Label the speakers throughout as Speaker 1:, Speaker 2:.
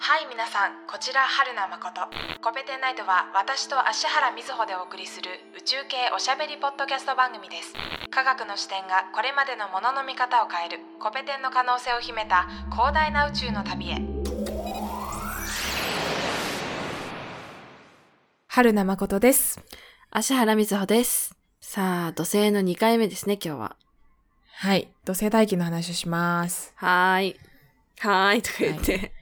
Speaker 1: はい皆さんこちら春名誠コペテンナイトは私と芦原瑞穂でお送りする宇宙系おしゃべりポッドキャスト番組です科学の視点がこれまでのものの見方を変えるコペテンの可能性を秘めた広大な宇宙の旅へ春名誠です
Speaker 2: 芦原瑞穂です。さあ、土星の2回目ですね、今日は。
Speaker 1: はい土星大気の話をします
Speaker 2: はーい。はーい、と か言って。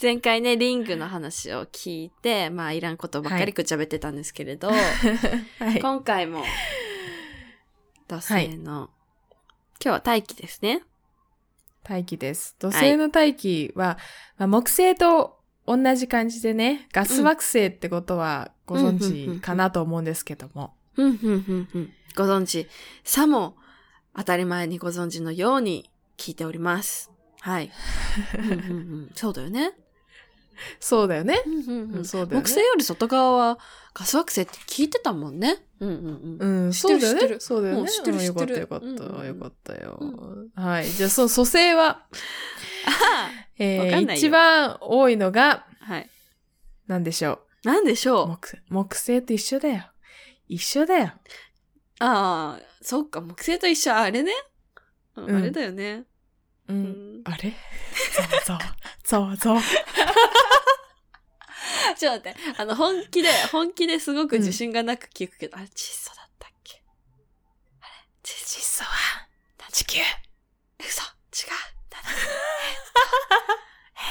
Speaker 2: 前回ね、リングの話を聞いて、まあ、いらんことばっか
Speaker 1: はい
Speaker 2: りくちゃべってたんですけれど、
Speaker 1: はい
Speaker 2: 今回も、土星の、今日は大気ですね。
Speaker 1: 大気です。土星の大気は、まあ、木星と同じ感じでね、ガス惑星ってことはご存知かなと思うんですけども。
Speaker 2: ふんふんふんふん。ご存知、さも当たり前にご存知のように聞いております。はい。ふんふんふんそうだよね。
Speaker 1: そうだよね。
Speaker 2: うんうん
Speaker 1: うんそうだよ
Speaker 2: 木
Speaker 1: ね
Speaker 2: 星より外側はガス惑星って聞いてたもんね。うんうんう。
Speaker 1: うんん、
Speaker 2: 知って
Speaker 1: そう
Speaker 2: る
Speaker 1: だよ
Speaker 2: 知って
Speaker 1: ね。
Speaker 2: る
Speaker 1: そうだよ
Speaker 2: うん
Speaker 1: ね。
Speaker 2: 知ってる
Speaker 1: うんよかった
Speaker 2: 知ってる
Speaker 1: よかった、
Speaker 2: うんうん
Speaker 1: よかったよ。はい。じゃあ、その蘇生は、え
Speaker 2: わかん
Speaker 1: ー、
Speaker 2: ないよ
Speaker 1: 一番多いのが、
Speaker 2: はい。
Speaker 1: 何でしょ
Speaker 2: なんでし
Speaker 1: う。
Speaker 2: ょう。
Speaker 1: 木木星と一緒だよ。一緒だよ。
Speaker 2: ああ、そっか、木星と一緒、あれね。うん
Speaker 1: うん
Speaker 2: あれだよね。
Speaker 1: う。
Speaker 2: うんん
Speaker 1: あれざわざわ。 ざわざわ。
Speaker 2: ちょっと待って、あの、本 気で、本気ですごく自信がなく聞くけど、あれ、窒素だったっけあれ、窒素は、
Speaker 1: 地球。
Speaker 2: 嘘、違う。なんだえっ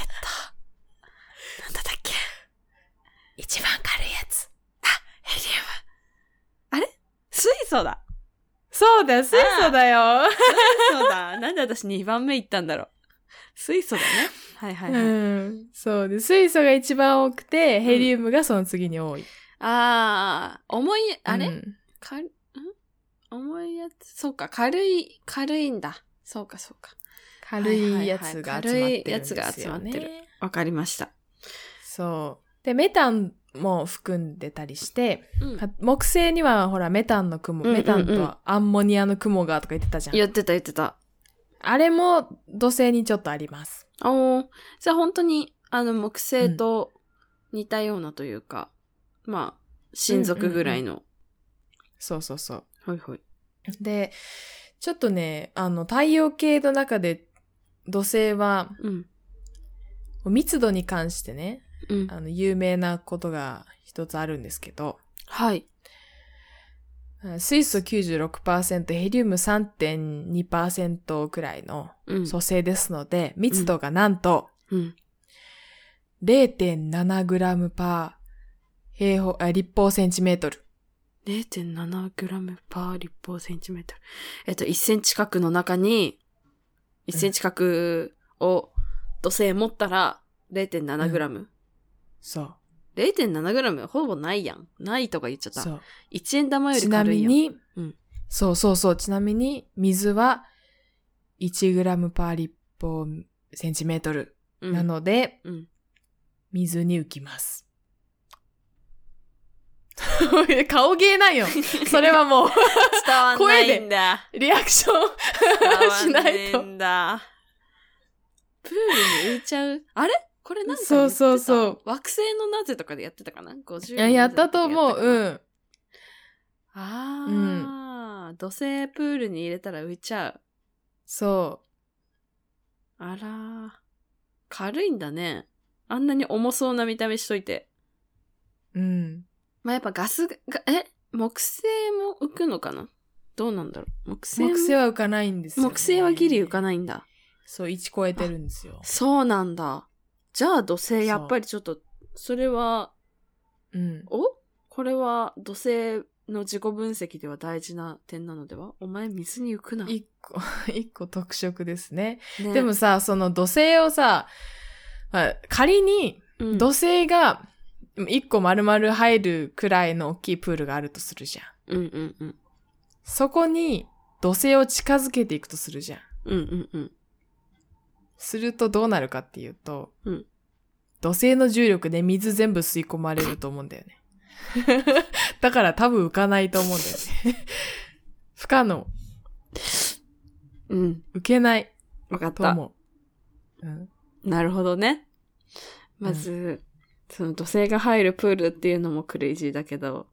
Speaker 2: と、えっと、なんだったっけ
Speaker 1: 一番軽いやつ。
Speaker 2: ヘリウム。あれ水素だ。
Speaker 1: そうだよ、水素だよ。
Speaker 2: そうだ。なんで私2番目行ったんだろう。水素だね。はいはいはい。
Speaker 1: うん、そうで水素が一番多くてヘリウムがその次に多い、
Speaker 2: あー、重い、あれ、
Speaker 1: うん
Speaker 2: かん重いやつ。そうか、軽い、軽いんだ。そうかそうか。
Speaker 1: 軽いやつが集まってるんですよ、ね
Speaker 2: 軽いやつが集まってるわかりました。
Speaker 1: そうでメタンも含んでたりして
Speaker 2: うん
Speaker 1: か木星にはほらメタンの雲、
Speaker 2: うんうんうん
Speaker 1: メタンとアンモニアの雲がとか言ってたじゃん
Speaker 2: 言ってた言ってた。
Speaker 1: あれも土星にちょっとあります
Speaker 2: おー。じゃあ本当に、あの、木星と似たようなというか、まあ、親族ぐらいの。
Speaker 1: そうそうそう
Speaker 2: はいはい。
Speaker 1: でちょっとねあの太陽系の中で土星は
Speaker 2: うん。
Speaker 1: 密度に関してね
Speaker 2: うん。
Speaker 1: あの、有名なことが一つあるんですけど、
Speaker 2: はい。
Speaker 1: うん水素96%、ヘリウム3.2%くらいの
Speaker 2: うん。
Speaker 1: 組成ですので、密度がなんと
Speaker 2: うん。
Speaker 1: 0.7g パー平方、あ立方センチメートル。
Speaker 2: 0.7g パー立方センチメートル。えっと、1センチ角の中に、1センチ角を土星持ったら 0.7g。
Speaker 1: そう。
Speaker 2: 0.7g ほぼないやん。ないとか言っちゃった。
Speaker 1: そう。
Speaker 2: 1円玉より
Speaker 1: ちな
Speaker 2: 軽
Speaker 1: み
Speaker 2: いやん。
Speaker 1: に、
Speaker 2: うん
Speaker 1: そうそうそう、ちなみに、水は 1g パー立方センチメートル
Speaker 2: うん、
Speaker 1: な ので、
Speaker 2: うん。
Speaker 1: 水に浮きます。 顔芸なん よ。それはもう、
Speaker 2: 伝わんないんだ。
Speaker 1: リアクショ
Speaker 2: 伝わん
Speaker 1: ンしな
Speaker 2: ね
Speaker 1: い
Speaker 2: え
Speaker 1: と。
Speaker 2: んだ。プールに浮いちゃう。あれこれなんか言ってた
Speaker 1: そうそうそう。
Speaker 2: 惑星のなぜとかでやってたかな ?50。
Speaker 1: いや、やったと思う。うんん。
Speaker 2: ああ、土星プールに入れたら浮いちゃう。
Speaker 1: そ
Speaker 2: あらー。軽いんだね。あんなに重そうな見た目しといて。
Speaker 1: う。うん。
Speaker 2: まあ、やっぱガスが、え木星も浮くのかなどうなんだろう木星も
Speaker 1: 木星は浮かないんですよ、ね。
Speaker 2: 木星はギリ浮かないんだ。
Speaker 1: そう、1超えてるんですよ。
Speaker 2: そうなんだ。じゃあ土
Speaker 1: う
Speaker 2: 星やっぱりちょっと、それは、
Speaker 1: うん。
Speaker 2: おこれは土星の自己分析では大事な点なのではお前水に浮くな。
Speaker 1: 1個、 一個特色ですね。
Speaker 2: ね
Speaker 1: でも、さ、その土星をさ、まあ仮に
Speaker 2: うん
Speaker 1: 土星が1個丸々入るくらいの大きいプールがあるとするじゃん。
Speaker 2: うんうんうん。
Speaker 1: そこに土星を近づけていくとするじゃん。
Speaker 2: うんうんうん。
Speaker 1: するとどうなるかっていうと、
Speaker 2: うん
Speaker 1: 土星の重力で水全部吸い込まれると思うんだよ ね。だから多分浮かないと思うんだよね。不可能。
Speaker 2: うん。
Speaker 1: 浮けない
Speaker 2: わかっ
Speaker 1: と
Speaker 2: た。
Speaker 1: 思う。うん、
Speaker 2: なるほどね。まず、その土星が入るプールっていうのもクレイジーだけど、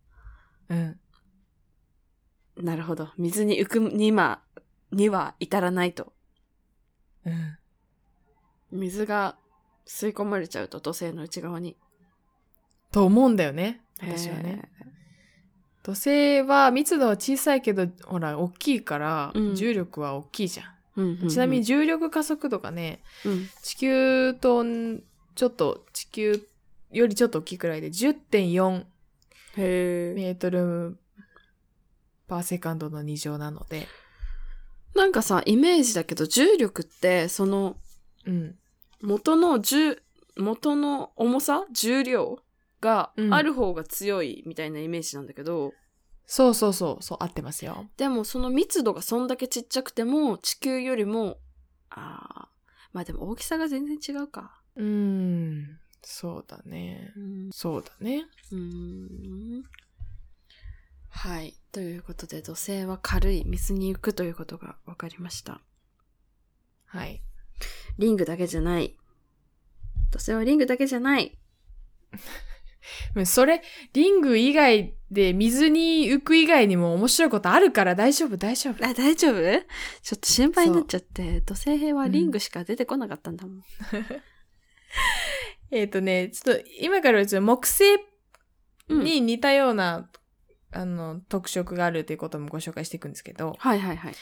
Speaker 1: うん。
Speaker 2: なるほど。水に浮くには、には至らないと。
Speaker 1: うん。
Speaker 2: 水が吸い込まれちゃうと土星の内側に。
Speaker 1: と思うんだよね。私はね。土星は密度は小さいけど、ほら、大きいから
Speaker 2: う、ん
Speaker 1: 重力は大きいじゃん。
Speaker 2: へー。うんうんうん
Speaker 1: ちなみに、重力加速度がね、
Speaker 2: うん
Speaker 1: 地球とん、ちょっと、地球よりちょっと大きいくらいで、10.4
Speaker 2: へー
Speaker 1: メートルパーセカンドの2乗なので、
Speaker 2: なんかさ、イメージだけど、重力って、その、
Speaker 1: うん。
Speaker 2: 元の重、元の重さ重量が
Speaker 1: うん
Speaker 2: ある方が強いみたいなイメージなんだけど、
Speaker 1: そうそうそう、そう、合ってますよ。
Speaker 2: でもその密度がそんだけちっちゃくても地球よりもあーまあでも大きさが全然違うか
Speaker 1: うーん、そうだね。
Speaker 2: うん
Speaker 1: そうだね。
Speaker 2: んはいということで土星は軽い水に浮くということが分かりました
Speaker 1: はい。
Speaker 2: リングだけじゃない土星はリングだけじゃない
Speaker 1: うんそれ、リング以外で水に浮く以外にも面白いことあるから大丈夫、大丈夫。
Speaker 2: あ大丈夫ちょっと心配になっちゃって土星兵はリングしか出てこなかったんだもん、
Speaker 1: えっ、とね、ちょっと今からちょっと木星
Speaker 2: うん
Speaker 1: に似たような、あの、特色があるということもご紹介していくんですけど、
Speaker 2: はいはいはい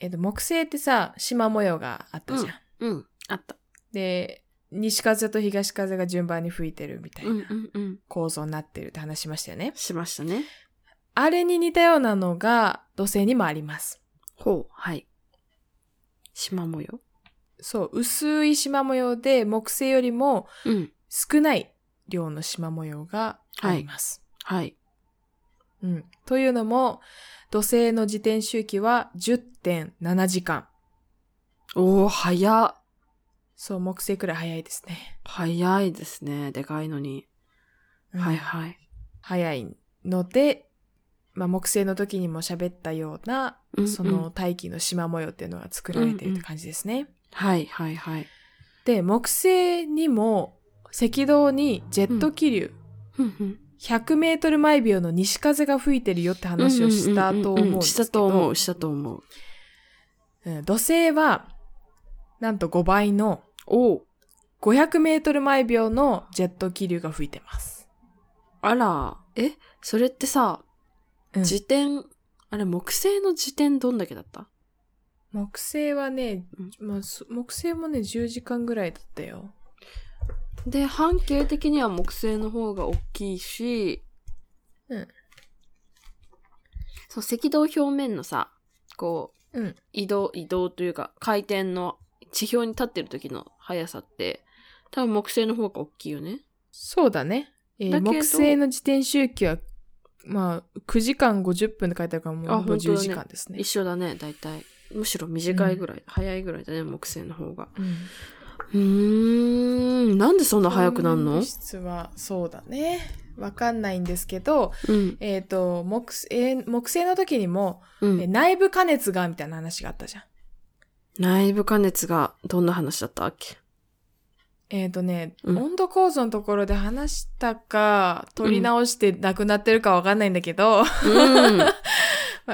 Speaker 1: えっ、と、木星ってさ、縞模様があったじゃん。
Speaker 2: うんあった
Speaker 1: で、西風と東風が順番に吹いてるみたい
Speaker 2: うん
Speaker 1: な
Speaker 2: うんうん
Speaker 1: 構造になってるって話しましたよね。
Speaker 2: しましたね
Speaker 1: あれに似たようなのが土星にもあります。
Speaker 2: ほう、はい。縞模様
Speaker 1: そう、薄い縞模様で木星よりも
Speaker 2: うん。
Speaker 1: 少ない量の縞模様があります。
Speaker 2: はい。
Speaker 1: うん。というのも、土星の自転周期は10.7時間。
Speaker 2: おー、早っ。
Speaker 1: そう、木星くらい早いですね。
Speaker 2: 早いですね。でかいのに。
Speaker 1: うん
Speaker 2: はいはい。
Speaker 1: 早いので、まあ、木星の時にも喋ったような、
Speaker 2: うんうん
Speaker 1: その大気の縞模様っていうのが作られているって感じですね。
Speaker 2: はいはいはい。
Speaker 1: で、木星にも赤道にジェット気流、
Speaker 2: ふんふん
Speaker 1: 100メートル毎秒の西風が吹いてるよって話をしたと思うん
Speaker 2: んんん
Speaker 1: で
Speaker 2: ん
Speaker 1: す
Speaker 2: し
Speaker 1: けど。
Speaker 2: たと思う、したと思う。
Speaker 1: うん土星は、なんと5倍の
Speaker 2: おー、
Speaker 1: 500メートル毎秒のジェット気流が吹いてます。
Speaker 2: あら。え、それってさ、
Speaker 1: うん
Speaker 2: 時点、あれ、木星の時点どんだけだった
Speaker 1: 木星はね、
Speaker 2: う
Speaker 1: まあ、そ木星もね、10時間ぐらいだったよ。
Speaker 2: で、半径的には木星の方が大きいし、
Speaker 1: うん。
Speaker 2: そう、赤道表面のさ、こう、
Speaker 1: うん。
Speaker 2: 移動、移動というか、回転の地表に立ってる時の速さって、多分木星の方が大きいよね。
Speaker 1: そうだね。えー
Speaker 2: だけど
Speaker 1: 木星の自転周期は、まあ、9時間50分って書いてあるから、もう
Speaker 2: あ
Speaker 1: ほぼ
Speaker 2: 本当だ
Speaker 1: 10
Speaker 2: ね
Speaker 1: 時間ですね。
Speaker 2: 一緒だね、大体。むしろ短いぐらい、早いぐらいだね、木星の方が。
Speaker 1: うん
Speaker 2: うーん、なんでそんな速くなる
Speaker 1: 糖
Speaker 2: の
Speaker 1: 分質は、そうだね。わかんないんですけど、
Speaker 2: うん、
Speaker 1: えっ、と、木星、えー木星の時にも、
Speaker 2: う
Speaker 1: え
Speaker 2: ん。
Speaker 1: 内部加熱が、みたいな話があったじゃん。
Speaker 2: 内部加熱がどんな話だったっ け
Speaker 1: えっ、とね、
Speaker 2: うん
Speaker 1: 温度構造のところで話したか、取り直してなくなってるかわかんないんだけど、わ、
Speaker 2: う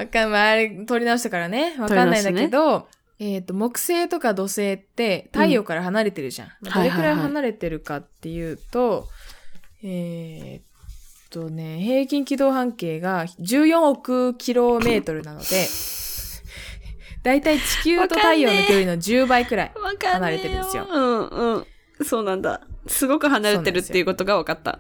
Speaker 2: ん。
Speaker 1: かん、まあ、あれ、取り直したからね、わかんないんだけど、えっ、と、木星とか土星って太陽から離れてるじゃん。まあどれく
Speaker 2: は
Speaker 1: ら
Speaker 2: いはいいはい
Speaker 1: 離れてるかっていうと、えっとね、平均軌道半径が14億キロメートルなの で、だいたい地球と太陽の距離の10倍くらい。
Speaker 2: わかん
Speaker 1: 離
Speaker 2: ねえよ
Speaker 1: れてるんですよ
Speaker 2: うん、うん。そうなんだ。すごく離れてるっていうことが分かった。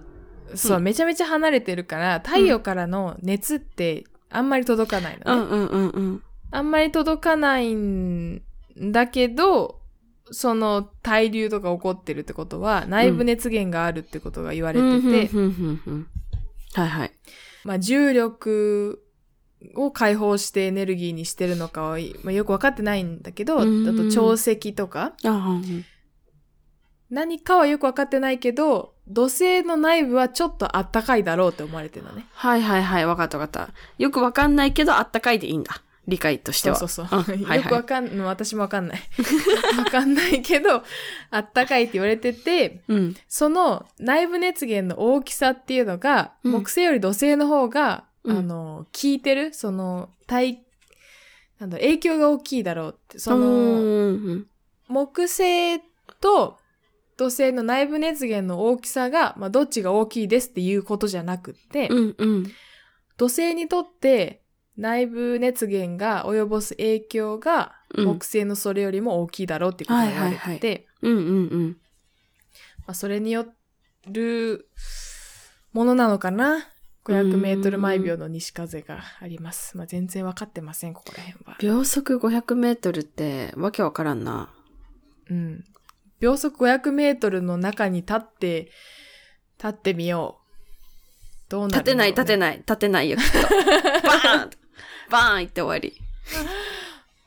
Speaker 1: そう、
Speaker 2: う
Speaker 1: めちゃめちゃ離れてるから、太陽からの熱ってあんまり届かないのね。
Speaker 2: うんうんうんうん。
Speaker 1: あんまり届かないんだけど、その対流とか起こってるってことは、内部熱源があるってことが言われてて、
Speaker 2: うんうんうんうんうんはいはい。
Speaker 1: まあ重力を解放してエネルギーにしてるのかは、まあ、よくわかってないんだけど、あ
Speaker 2: う
Speaker 1: と
Speaker 2: ん
Speaker 1: 潮汐とか、
Speaker 2: あうん
Speaker 1: 何かはよくわかってないけど、土星の内部はちょっとあったかいだろうって思われてるのね。
Speaker 2: はいはいはい、わかったわかった。よくわかんないけど、あったかいでいいんだ。理解として
Speaker 1: そう
Speaker 2: は。
Speaker 1: そうそう。
Speaker 2: んはい
Speaker 1: よく
Speaker 2: は
Speaker 1: わ
Speaker 2: い。
Speaker 1: かん、私もわかんない。わかんないけど、あったかいって言われてて、
Speaker 2: うん。
Speaker 1: その内部熱源の大きさっていうのが、
Speaker 2: うん
Speaker 1: 木星より土星の方が、
Speaker 2: うん
Speaker 1: あの、効いてる、その、体、なんだろう、影響が大きいだろうって、その、
Speaker 2: うん
Speaker 1: 木星と土星の内部熱源の大きさが、まあ、どっちが大きいですっていうことじゃなくって、
Speaker 2: うんうん。
Speaker 1: 土星にとって内部熱源が及ぼす影響が
Speaker 2: うん
Speaker 1: 木星のそれよりも大きいだろうっていうことが言われてて、
Speaker 2: はいはうんうんうん。
Speaker 1: まあ、それによるものなのかな500メートル毎秒の西風があります。まあ、全然わかってません、ここら辺は。
Speaker 2: 秒速500メートルってわけわからんな。
Speaker 1: うん。秒速500メートルの中に立って、立ってみよう。どうなる
Speaker 2: 立てない立て
Speaker 1: い。
Speaker 2: ない立てないよきっと。 バーンバーン行って終わり。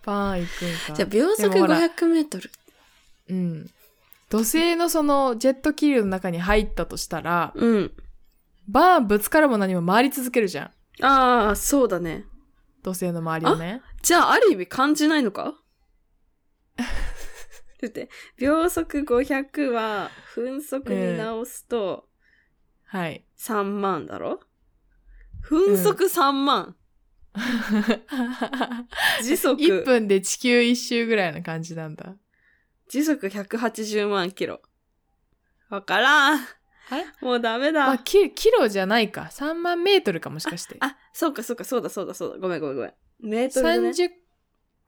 Speaker 1: パン行くんか。
Speaker 2: じゃあ秒速
Speaker 1: でもほら
Speaker 2: 500メートル。
Speaker 1: うん。土星のそのジェット気流の中に入ったとしたら、
Speaker 2: うん。
Speaker 1: バーンぶつかるも何も回り続けるじゃん。
Speaker 2: ああ、そうだね。
Speaker 1: 土星の周りをね。
Speaker 2: じゃあ、ある意味感じない のかだって、秒速500は、分速に直すと
Speaker 1: はい。
Speaker 2: 3万だろ、分速3万、時速、
Speaker 1: 1分で地球一周ぐらいの感じなんだ。
Speaker 2: 時速180万キロ。わからん。
Speaker 1: あれ
Speaker 2: もうダメだ。
Speaker 1: まあ、キキロじゃないか。3万メートルかもしかして。
Speaker 2: あ、そうかそうか、そうだそうだそうだ。ごめんごめんごめん。メートルだね。っ
Speaker 1: 30、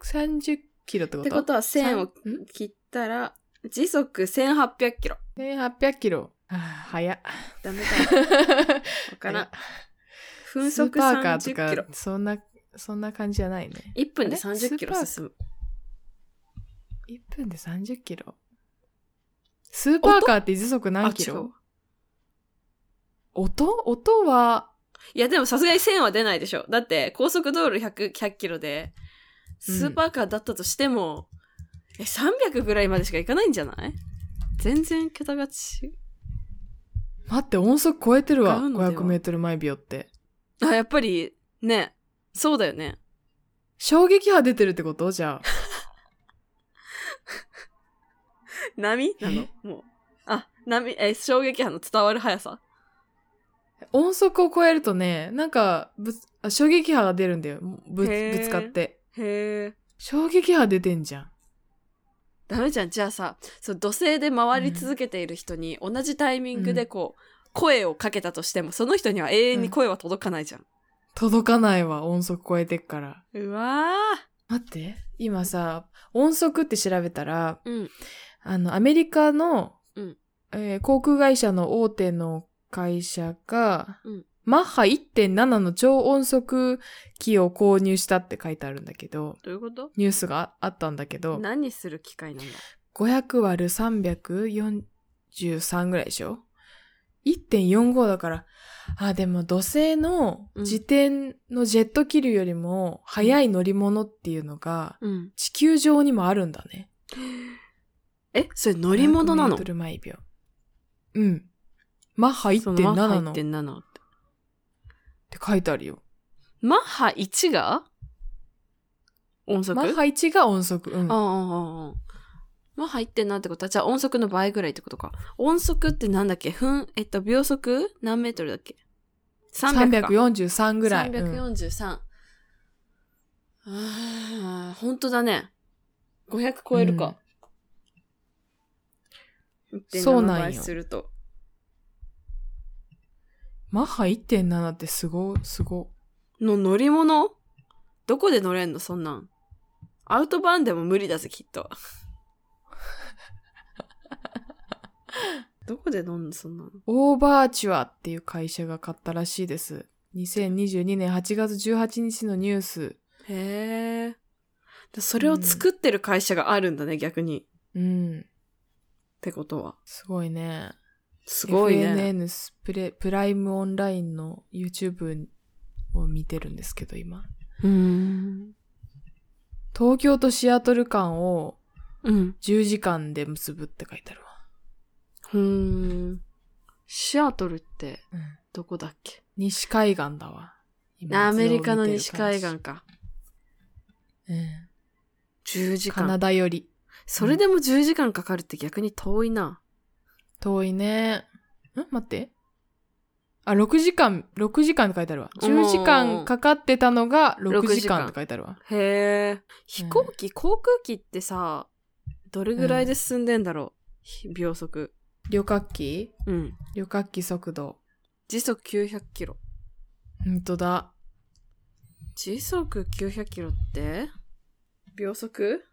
Speaker 1: 30キロってこと
Speaker 2: てことは1000を
Speaker 1: さんん
Speaker 2: 切ったら、時速1800キロ。
Speaker 1: 1800キロ。あー早っ。
Speaker 2: ダメだ。わから
Speaker 1: 早
Speaker 2: ん
Speaker 1: っ。
Speaker 2: 分速
Speaker 1: スーパーカーと
Speaker 2: 30
Speaker 1: か
Speaker 2: キロ。
Speaker 1: そんな、そんな感じじゃないね。
Speaker 2: 1分で
Speaker 1: あれ
Speaker 2: 30キロ
Speaker 1: スーパー
Speaker 2: 進む。
Speaker 1: 1分で30キロ。スーパーカーって時速
Speaker 2: あ、
Speaker 1: 何キ
Speaker 2: 違う
Speaker 1: ロ。音音は、
Speaker 2: いや、でもさすがに1000は出ないでしょ。だって、高速道路100、100キロで、スーパーカーだったとしても、え、300ぐらいまでしか行かないんじゃない全然桁が違う。
Speaker 1: 待って、音速超えてるわ。
Speaker 2: 違うのでは
Speaker 1: 500メートル毎秒って。
Speaker 2: あ、やっぱり、ね、そうだよね。
Speaker 1: 衝撃波出てるってことじゃあ。
Speaker 2: 波なのもう。あ、波、え、衝撃波の伝わる速さ。
Speaker 1: 音速を超えるとね、なんかぶつ、あ衝撃波が出るんだよ。ぶ
Speaker 2: へー
Speaker 1: ぶつかって。
Speaker 2: へえ。
Speaker 1: 衝撃波出てんじゃん。
Speaker 2: ダメじゃん。じゃあさ、そう土星で回り続けている人に、同じタイミングでこう、声をかけたとしても、その人には永遠に声は届かないじゃん。
Speaker 1: 届かないわ、音速超えてっから。
Speaker 2: うわ
Speaker 1: 待って、今さ、音速って調べたら、
Speaker 2: ーうん。
Speaker 1: あの、アメリカの、
Speaker 2: うん
Speaker 1: えー航空会社の大手の会社が、
Speaker 2: うん
Speaker 1: マッハ1.7の超音速機を購入したって書いてあるんだけど、
Speaker 2: どういうこと
Speaker 1: ニュースがあったんだけど、
Speaker 2: 何する機会なんだ
Speaker 1: 500割る343ぐらいでしょ ?1.45 だから、あ、でも土星の
Speaker 2: うん
Speaker 1: 自転のジェット気流よりも速い乗り物っていうのが
Speaker 2: うん。
Speaker 1: 地球上にもあるんだね。
Speaker 2: え、それ乗り物なの
Speaker 1: ?100m 毎秒。うん。マッハ1.7のって
Speaker 2: 1.7って。
Speaker 1: 書いてあるよ。
Speaker 2: マッハ1が音速
Speaker 1: マッハ1が音速。うん
Speaker 2: ああ、あ。あああ。マッハ1.7ってことは、じゃあ音速の倍ぐらいってことか。音速ってなんだっけ分、えっと、秒速何メートルだっけ ?300 か。
Speaker 1: 343ぐらい。うん
Speaker 2: 343。ああ、本当だね。500超えるか。
Speaker 1: そう
Speaker 2: 1.7
Speaker 1: なんよ
Speaker 2: 倍すると。
Speaker 1: マッハ1.7ってすご、すご。
Speaker 2: の乗り物どこで乗れんのそんなん。アウトバーンでも無理だぜ、きっ と。どこで乗んのそんなの。
Speaker 1: オーバーチュアっていう会社が買ったらしいです。2022年8月18日のニュース。
Speaker 2: へえ。でそれを作ってる会社があるんだね、逆に。っ
Speaker 1: うん。
Speaker 2: てことは。
Speaker 1: すごいね。
Speaker 2: すごいね。
Speaker 1: FNN スプレプライムオンラインの YouTube を見てるんですけど、今。
Speaker 2: うん。
Speaker 1: 東京とシアトル間を
Speaker 2: うん。
Speaker 1: 10時間で結ぶって書いてあるわ。
Speaker 2: うん。シアトルって、どこだっけ
Speaker 1: 西海岸だわ。今
Speaker 2: アメリカの西海岸か。
Speaker 1: うん
Speaker 2: 10時
Speaker 1: カ
Speaker 2: 間
Speaker 1: ナ。ダより。
Speaker 2: それでも10時間かかるって逆に遠いな。
Speaker 1: 遠いね。ん待って。あ、6時間、6時間って書いてあるわ。
Speaker 2: おー
Speaker 1: 10時間かかってたのが6
Speaker 2: 6
Speaker 1: 時
Speaker 2: 時
Speaker 1: 間
Speaker 2: 間
Speaker 1: って書いてあるわ。
Speaker 2: へえ。飛行機、航空機ってさ、どれぐらいで進んでんだろう、ひ秒速。
Speaker 1: 旅客機
Speaker 2: うん。
Speaker 1: 旅客機速度。
Speaker 2: 時速900キロ。
Speaker 1: ほんとだ。
Speaker 2: 時速900キロって秒 速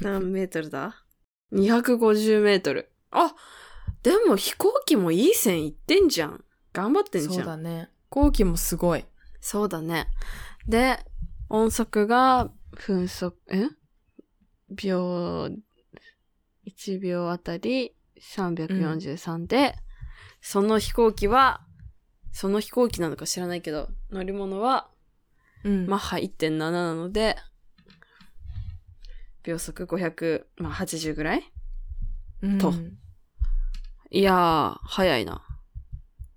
Speaker 2: 何メートルだ ?250 メートル。あでも飛行機もいい線いってんじゃん。頑張ってんじゃん。
Speaker 1: そうだね。飛行機もすごい。
Speaker 2: そうだね。で、音速が分速、え秒、1秒あたり343で、その飛行機は、その飛行機なのか知らないけど、乗り物は
Speaker 1: うん。
Speaker 2: マッハ1.7なので、秒速500、まあ80ぐらい
Speaker 1: うん
Speaker 2: といやー、早いな。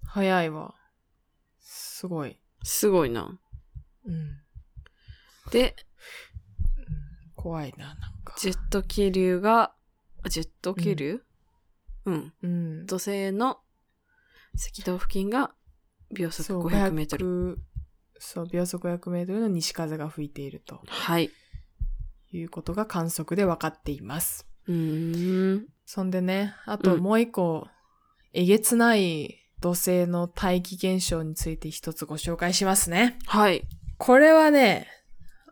Speaker 1: 早いわ。すごい。
Speaker 2: すごいな。
Speaker 1: うん。
Speaker 2: で、
Speaker 1: 怖いな、なんか。
Speaker 2: ジェット気流が、あジェット気流、うん、
Speaker 1: うん。
Speaker 2: 土星の赤道付近が秒速500メートル。
Speaker 1: ル。そう、秒速500メートルの西風が吹いていると
Speaker 2: はい。
Speaker 1: いうことが観測で分かっています。
Speaker 2: うーん。
Speaker 1: そんでね、あと
Speaker 2: うん
Speaker 1: もう一個、えげつない土星の大気現象について一つご紹介しますね。
Speaker 2: はい。
Speaker 1: これはね、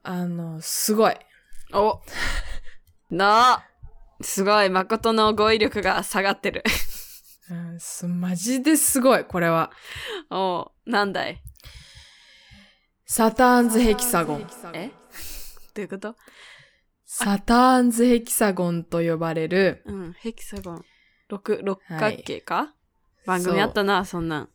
Speaker 1: あの、すごい。
Speaker 2: お なあすごい、誠の語彙力が下がってる。
Speaker 1: うん、すマジですごい、これは。
Speaker 2: おうなんだい
Speaker 1: サターンズヘキサゴン。
Speaker 2: えどういうこと
Speaker 1: サターンズヘキサゴンと呼ばれる、
Speaker 2: うん、ヘキサゴン。六、六角形か、番組
Speaker 1: そう
Speaker 2: あったな、そんなん。う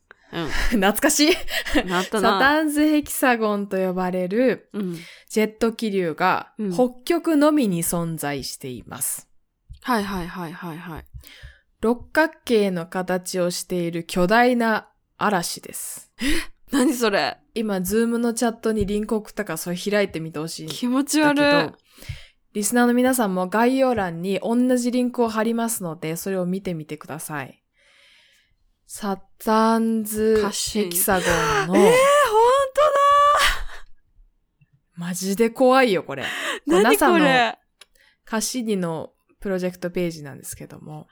Speaker 1: 懐かしい。
Speaker 2: ん。あっ
Speaker 1: サタ
Speaker 2: たな。
Speaker 1: ーンズヘキサゴンと呼ばれる
Speaker 2: うん。
Speaker 1: ジェット気流が
Speaker 2: うん
Speaker 1: 北極のみに存在しています。
Speaker 2: はいはいはいはいはい。
Speaker 1: 六角形の形をしている巨大な嵐です。
Speaker 2: 何それ
Speaker 1: 今、ズームのチャットにリンク送ったからそれ開いてみてほしいんだけ
Speaker 2: 気持ち悪い。
Speaker 1: ど、リスナーの皆さんも概要欄に同じリンクを貼りますので、それを見てみてください。サターンズ
Speaker 2: カシン
Speaker 1: ヘキサゴンの、
Speaker 2: えー、ほんと
Speaker 1: マジで怖いよ、これ。
Speaker 2: だ何
Speaker 1: NASA
Speaker 2: こ
Speaker 1: の
Speaker 2: れ
Speaker 1: カシニのプロジェクトページなんですけども、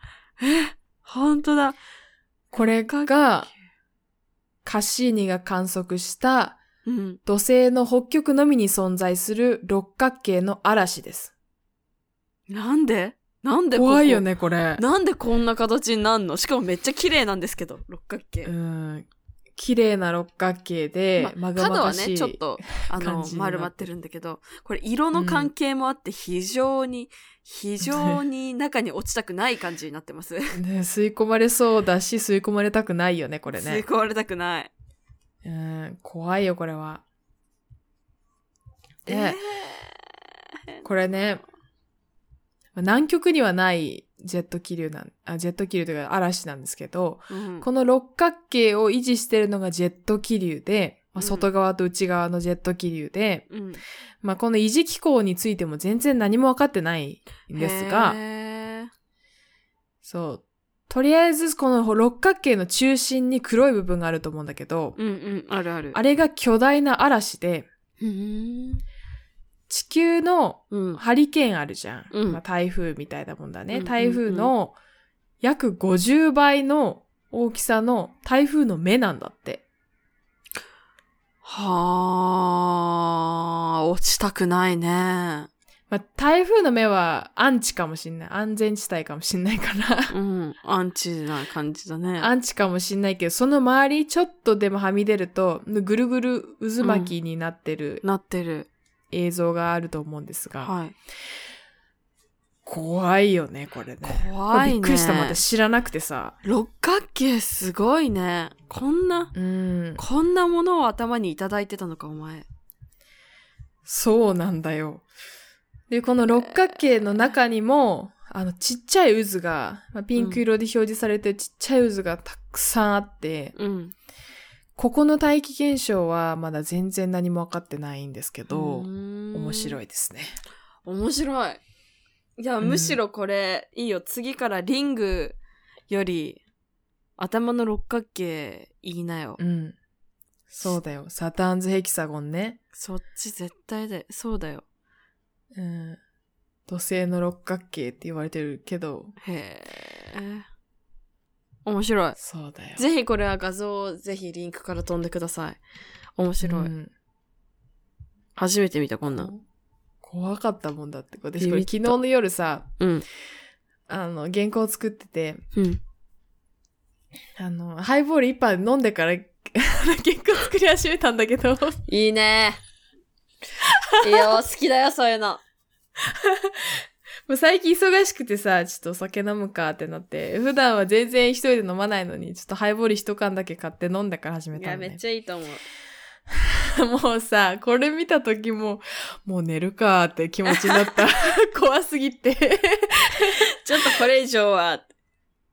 Speaker 2: ほんとだ。
Speaker 1: これがカシーニが観測した
Speaker 2: うん。
Speaker 1: 土星の北極のみに存在する六角形の嵐です。
Speaker 2: なんでなんでここ
Speaker 1: 怖いよ。ね、これ。
Speaker 2: なんでこんな形になんのしかもめっちゃ綺麗なんですけど、六角形。
Speaker 1: うん。綺麗な六角形で、ま
Speaker 2: ま
Speaker 1: がま
Speaker 2: 角は
Speaker 1: がしい。
Speaker 2: ね、ちょっと、あ
Speaker 1: 感
Speaker 2: の
Speaker 1: じに、なってる
Speaker 2: 丸まってるんだけど、これ色の関係もあって非常に、非常に中に落ちたくない感じになってます。
Speaker 1: ね、吸い込まれそうだし、吸い込まれたくないよね、これ
Speaker 2: 吸い
Speaker 1: ね。
Speaker 2: 込まれたくない。
Speaker 1: うん、怖いよ、これは。で、
Speaker 2: え
Speaker 1: これね、南極にはないジェット気流なん、あジェット気流というか嵐なんですけど、
Speaker 2: ーうん
Speaker 1: この六角形を維持してるのがジェット気流で、まあ
Speaker 2: うん
Speaker 1: 外側と内側のジェット気流で、
Speaker 2: うん
Speaker 1: まあ、この維持機構についても全然何も分かってないんです
Speaker 2: へ
Speaker 1: が、
Speaker 2: ー
Speaker 1: そう。とりあえずこの六角形の中心に黒い部分があると思うんだけど、
Speaker 2: うんうん、あるある。
Speaker 1: あ
Speaker 2: れ
Speaker 1: れが巨大な嵐で、
Speaker 2: うん。
Speaker 1: 地球の
Speaker 2: うん。
Speaker 1: ハリケーンあるじゃん。
Speaker 2: うん
Speaker 1: まあ、台風みたいなもんだね。
Speaker 2: うんうん
Speaker 1: 台風の約50倍の大きさの台風の目なんだって。
Speaker 2: はー、落ちたくないね。
Speaker 1: まあ、台風の目はアンチかもしんない。安全地帯かもしんないから。
Speaker 2: うん、アンチな感じだね。
Speaker 1: アンチかもしんないけど、その周りちょっとでもはみ出ると、ぐるぐる渦巻きになってる
Speaker 2: なってる。
Speaker 1: 映像があると思うんですが、
Speaker 2: はい。
Speaker 1: 怖いよね、これね。
Speaker 2: 怖いね
Speaker 1: これびっくりした。私知らなくてさ。
Speaker 2: 六角形すごいね。こんな、
Speaker 1: うん。
Speaker 2: こんなものを頭にいただいてたのか、お前。
Speaker 1: そうなんだよ。で、この六角形の中にも、あの、ちっちゃい渦が、まあ、ピンク色で表示されてるちっちゃい渦がたくさんあって、
Speaker 2: うん。
Speaker 1: ここの大気現象はまだ全然何も分かってないんですけど、
Speaker 2: うーん
Speaker 1: 面白いですね。
Speaker 2: 面白い。いや、
Speaker 1: うん
Speaker 2: むしろこれ、いいよ。次からリングより、頭の六角形言いなよ。
Speaker 1: うん。そうだよ。サターンズヘキサゴンね。
Speaker 2: そっち絶対で、そうだよ。
Speaker 1: うん。土星の六角形って言われてるけど、
Speaker 2: へえ。面白い。
Speaker 1: そうだよ。
Speaker 2: ぜひこれは画像をぜひリンクから飛んでください。面白い。
Speaker 1: うん
Speaker 2: 初めて見た、こんなん。
Speaker 1: 怖かったもんだって。私
Speaker 2: ビビった
Speaker 1: これ昨日の夜さ、
Speaker 2: うん。
Speaker 1: あの、原稿を作ってて、
Speaker 2: うん。
Speaker 1: あの、ハイボール一杯飲んでから、あ の原稿作り始めたんだけど、
Speaker 2: いい ね。いいよ、好きだよ、そういうの。
Speaker 1: もう最近忙しくてさ、ちょっとお酒飲むかってなって、普段は全然一人で飲まないのに、ちょっとハイボール一缶だけ買って飲んだから始め
Speaker 2: い
Speaker 1: た
Speaker 2: や、
Speaker 1: の
Speaker 2: め
Speaker 1: ね
Speaker 2: っ。ちゃいいと思う。
Speaker 1: もうさ、これ見た時も、もう寝るかーって気持ちにな った。怖すぎて。
Speaker 2: ちょっとこれ以上は、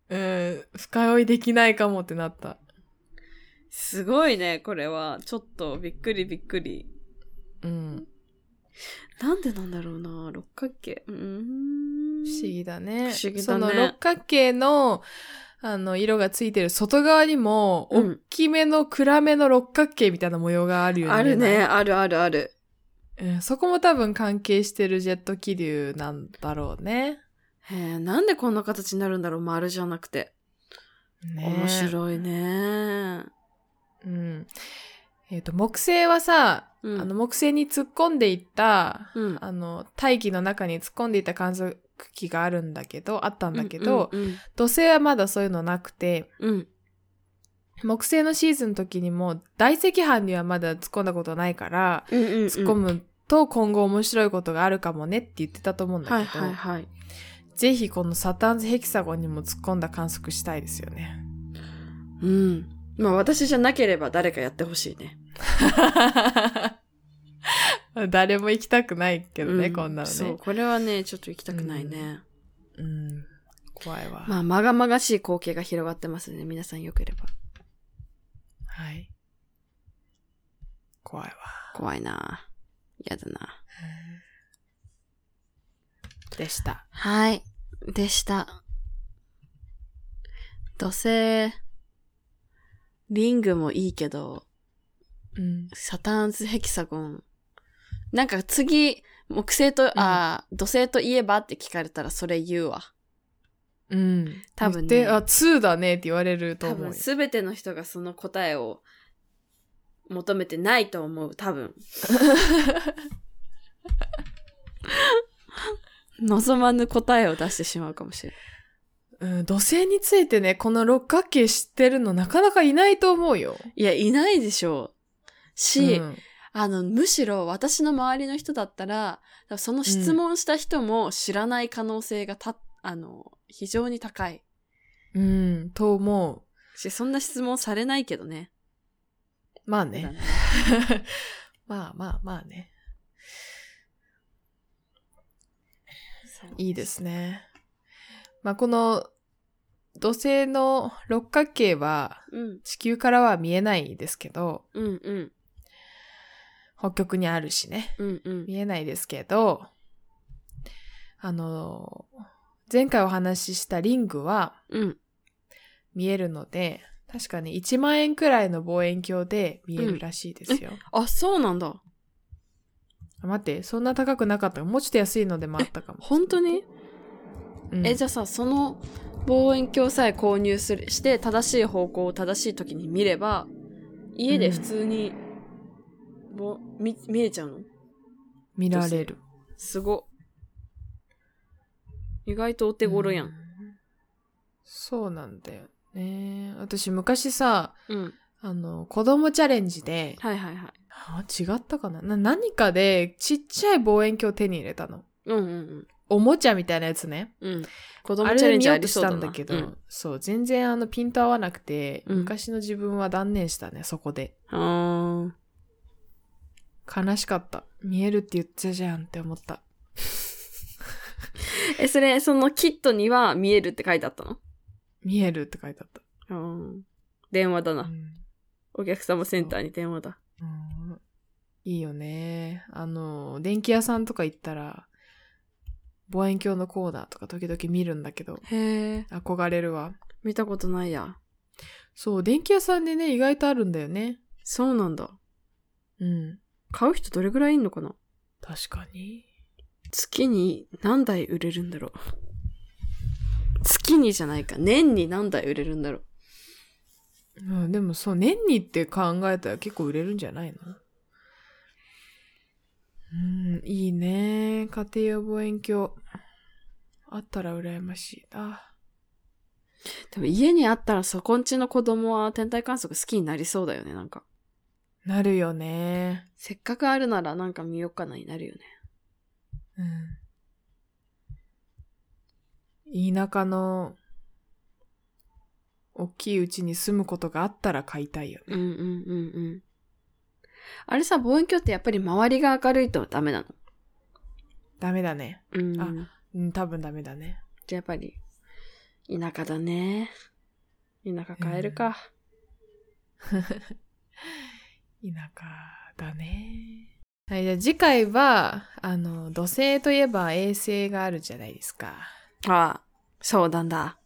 Speaker 1: うん、深追いできないかもってなった。
Speaker 2: すごいね、これは。ちょっと、びっくりびっくり。
Speaker 1: うん。
Speaker 2: なんでなんだろうな、六角形。うーん。
Speaker 1: 不思議だね。
Speaker 2: 不思議だね
Speaker 1: その六角形の、あの、色がついてる外側にも、
Speaker 2: うん
Speaker 1: 大きめの暗めの六角形みたいな模様があるよね。
Speaker 2: あるね、あるあるある。
Speaker 1: うん。そこも多分関係してるジェット気流なんだろうね。
Speaker 2: へえ、なんでこんな形になるんだろう、丸じゃなくて。
Speaker 1: ね
Speaker 2: 面白いね。
Speaker 1: うん。えっ、と、木星はさ、
Speaker 2: うん
Speaker 1: あの、木星に突っ込んでいった、
Speaker 2: うん
Speaker 1: あの、大気の中に突っ込んでいた観測機があるんだけど、あったんだけど、
Speaker 2: うんうん
Speaker 1: 土星はまだそういうのなくて、
Speaker 2: うん、うん
Speaker 1: 木星のシーズンの時にも大赤斑にはまだ突っ込んだことないから、
Speaker 2: うんうんうん
Speaker 1: 突っ込むと今後面白いことがあるかもねって言ってたと思うんだけど、
Speaker 2: はいはいはい。
Speaker 1: ぜひこのサターンズヘキサゴンにも突っ込んだ観測したいですよね。
Speaker 2: うん。まあ私じゃなければ誰かやってほしいね。
Speaker 1: 誰も行きたくないけどね、
Speaker 2: う
Speaker 1: こんなの
Speaker 2: そう、
Speaker 1: ね。
Speaker 2: これはね、ちょっと行きたくないね。
Speaker 1: うん、怖いわ。
Speaker 2: まあ、まがまがしい光景が広がってますね。皆さんよければ。
Speaker 1: はい。怖いわ。
Speaker 2: 怖いな。やだな。
Speaker 1: でした。
Speaker 2: はい。でした。土星、リングもいいけど、
Speaker 1: うん。
Speaker 2: サターンズヘキサゴン。なんか次、木星と、あー土星といえばって聞かれたらそれ言うわ。
Speaker 1: うん。
Speaker 2: 多分ね
Speaker 1: で、あ、2だねって言われると
Speaker 2: 多
Speaker 1: 思うよ
Speaker 2: 分。すべての人がその答えを求めてないと思う、多 分。望まぬ答えを出してしまうかもしれない。
Speaker 1: うん、土星についてね、この六角形知ってるのなかなかいないと思うよ。
Speaker 2: いや、いないでしょう。し、
Speaker 1: うん
Speaker 2: あの、むしろ私の周りの人だったら、多分その質問した人も知らない可能性がた、あの、非常に高い。
Speaker 1: うん、と思
Speaker 2: し、そんな質問されないけどね。
Speaker 1: う。まあ
Speaker 2: 普段
Speaker 1: ね。
Speaker 2: ね
Speaker 1: まあまあまあね。
Speaker 2: そう
Speaker 1: いいですね。まあこの土星の六角形は
Speaker 2: うん、
Speaker 1: 地球からは見えないですけど、
Speaker 2: うん、うん、
Speaker 1: 北極にあるしね。
Speaker 2: うん、うん。
Speaker 1: 見えないですけど、あの、前回お話ししたリングは、
Speaker 2: うん、
Speaker 1: 見えるので、確かに1万円くらいの望遠鏡で見えるらしいですよ。
Speaker 2: あ、そうなんだ。
Speaker 1: あ待って、そんな高くなかったもうちょっと安いのでもあったかも。
Speaker 2: 本当に、
Speaker 1: うん
Speaker 2: え、じゃあさ、その望遠鏡さえ購入する、して、正しい方向を正しい時に見れば、家で普通に、もう、み、見えちゃうの
Speaker 1: 見られる。
Speaker 2: すごっ。意外とお手頃や。
Speaker 1: うんそうなんだよね。私昔さ、
Speaker 2: うん。
Speaker 1: あの、子供チャレンジで、
Speaker 2: はいはいはい。
Speaker 1: あ違ったかなな何かでちっちゃい望遠鏡を手に入れたの。
Speaker 2: うんうん
Speaker 1: おもちゃみたいなやつね。
Speaker 2: うん。うん。子
Speaker 1: あ
Speaker 2: 供チャ
Speaker 1: れ
Speaker 2: レ
Speaker 1: で
Speaker 2: ン
Speaker 1: 見
Speaker 2: ジ
Speaker 1: よ
Speaker 2: あ
Speaker 1: うと
Speaker 2: り
Speaker 1: し
Speaker 2: そうだ
Speaker 1: た
Speaker 2: なん
Speaker 1: だけど、
Speaker 2: うん
Speaker 1: そう、全然あのピント合わなくて、
Speaker 2: うん
Speaker 1: 昔の自分は断念したね、そこで。
Speaker 2: あ
Speaker 1: 悲しかった。見えるって言ってたじゃんって思った。
Speaker 2: ーえ、それ、そのキットには見えるって書いてあったの
Speaker 1: 見えるって書いてあった。
Speaker 2: あー電話だ
Speaker 1: う
Speaker 2: な。
Speaker 1: ん
Speaker 2: お客様センターに電話だ。
Speaker 1: うんいいよね。あの、電気屋さんとか行ったら、望遠鏡のコーナーとか時々見るんだけど、
Speaker 2: へえ、
Speaker 1: 憧れるわ。
Speaker 2: 見たことないや。
Speaker 1: そう、電気屋さんでね、意外とあるんだよね。
Speaker 2: そうなんだ。
Speaker 1: うん。
Speaker 2: 買う人どれぐらいいんのかな
Speaker 1: 確かに。
Speaker 2: 月に何台売れるんだろう。月にじゃないか。年に何台売れるんだろう。
Speaker 1: うん、でもそう、年にって考えたら結構売れるんじゃないのうん、いいね。家庭用望遠鏡。あったら羨ましいな。
Speaker 2: でも家にあったらそこんちの子供は天体観測好きになりそうだよね、なんか。
Speaker 1: なるよね。
Speaker 2: せっかくあるならなんか見よっかなになるよね。
Speaker 1: うん。田舎の大きいうちに住むことがあったら買いたいよ
Speaker 2: う
Speaker 1: ね。
Speaker 2: んうんうんうん。あれさ、望遠鏡ってやっぱり周りが明るいとダメなの。
Speaker 1: ダメだね。
Speaker 2: うん。
Speaker 1: あうん、多分ダメだね。
Speaker 2: じゃあやっぱり、田舎だね。田舎帰るか。
Speaker 1: 田舎だね。はい、じゃあ次回は、あの、土星といえば衛星があるじゃないですか。
Speaker 2: ああ、そうなんだ。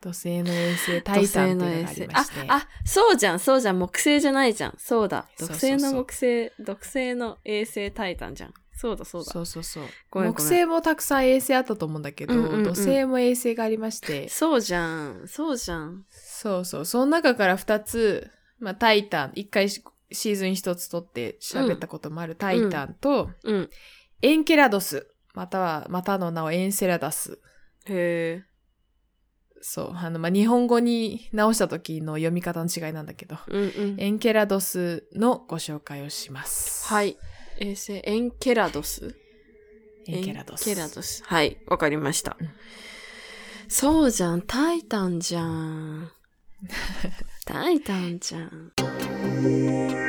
Speaker 1: 土星の衛星、タイタンっていうのがありま
Speaker 2: あ
Speaker 1: して。、
Speaker 2: あ、そうじゃん、そうじゃん、木星じゃないじゃん。そうだ。
Speaker 1: そう
Speaker 2: 毒
Speaker 1: そうそう
Speaker 2: 性の木星、毒性の衛星タイタンじゃん。そうだ、そうだ。
Speaker 1: そうそうそう。
Speaker 2: ごめんごめん
Speaker 1: 木星もたくさん衛星あったと思うんだけど、
Speaker 2: うんうんうん
Speaker 1: 土星も衛星がありまして、
Speaker 2: そうじゃん、そうじゃん。
Speaker 1: そうそう。その中から2つ、まあ、タイタン、1回しシーズン1つ取って喋ったこともあるタイタンと、
Speaker 2: うん。
Speaker 1: エンケラドス、または、またの名をエンセラダス。
Speaker 2: へえ。
Speaker 1: そう。あの、まあ、日本語に直した時の読み方の違いなんだけど、
Speaker 2: うんうん。
Speaker 1: エンケラドスのご紹介をします。
Speaker 2: は。い。衛星、エンケラドス
Speaker 1: エンケラドス。
Speaker 2: エンケラドス。はい、わかりました。
Speaker 1: うん
Speaker 2: そうじゃん、タ イタンじゃん。タイタンじゃん。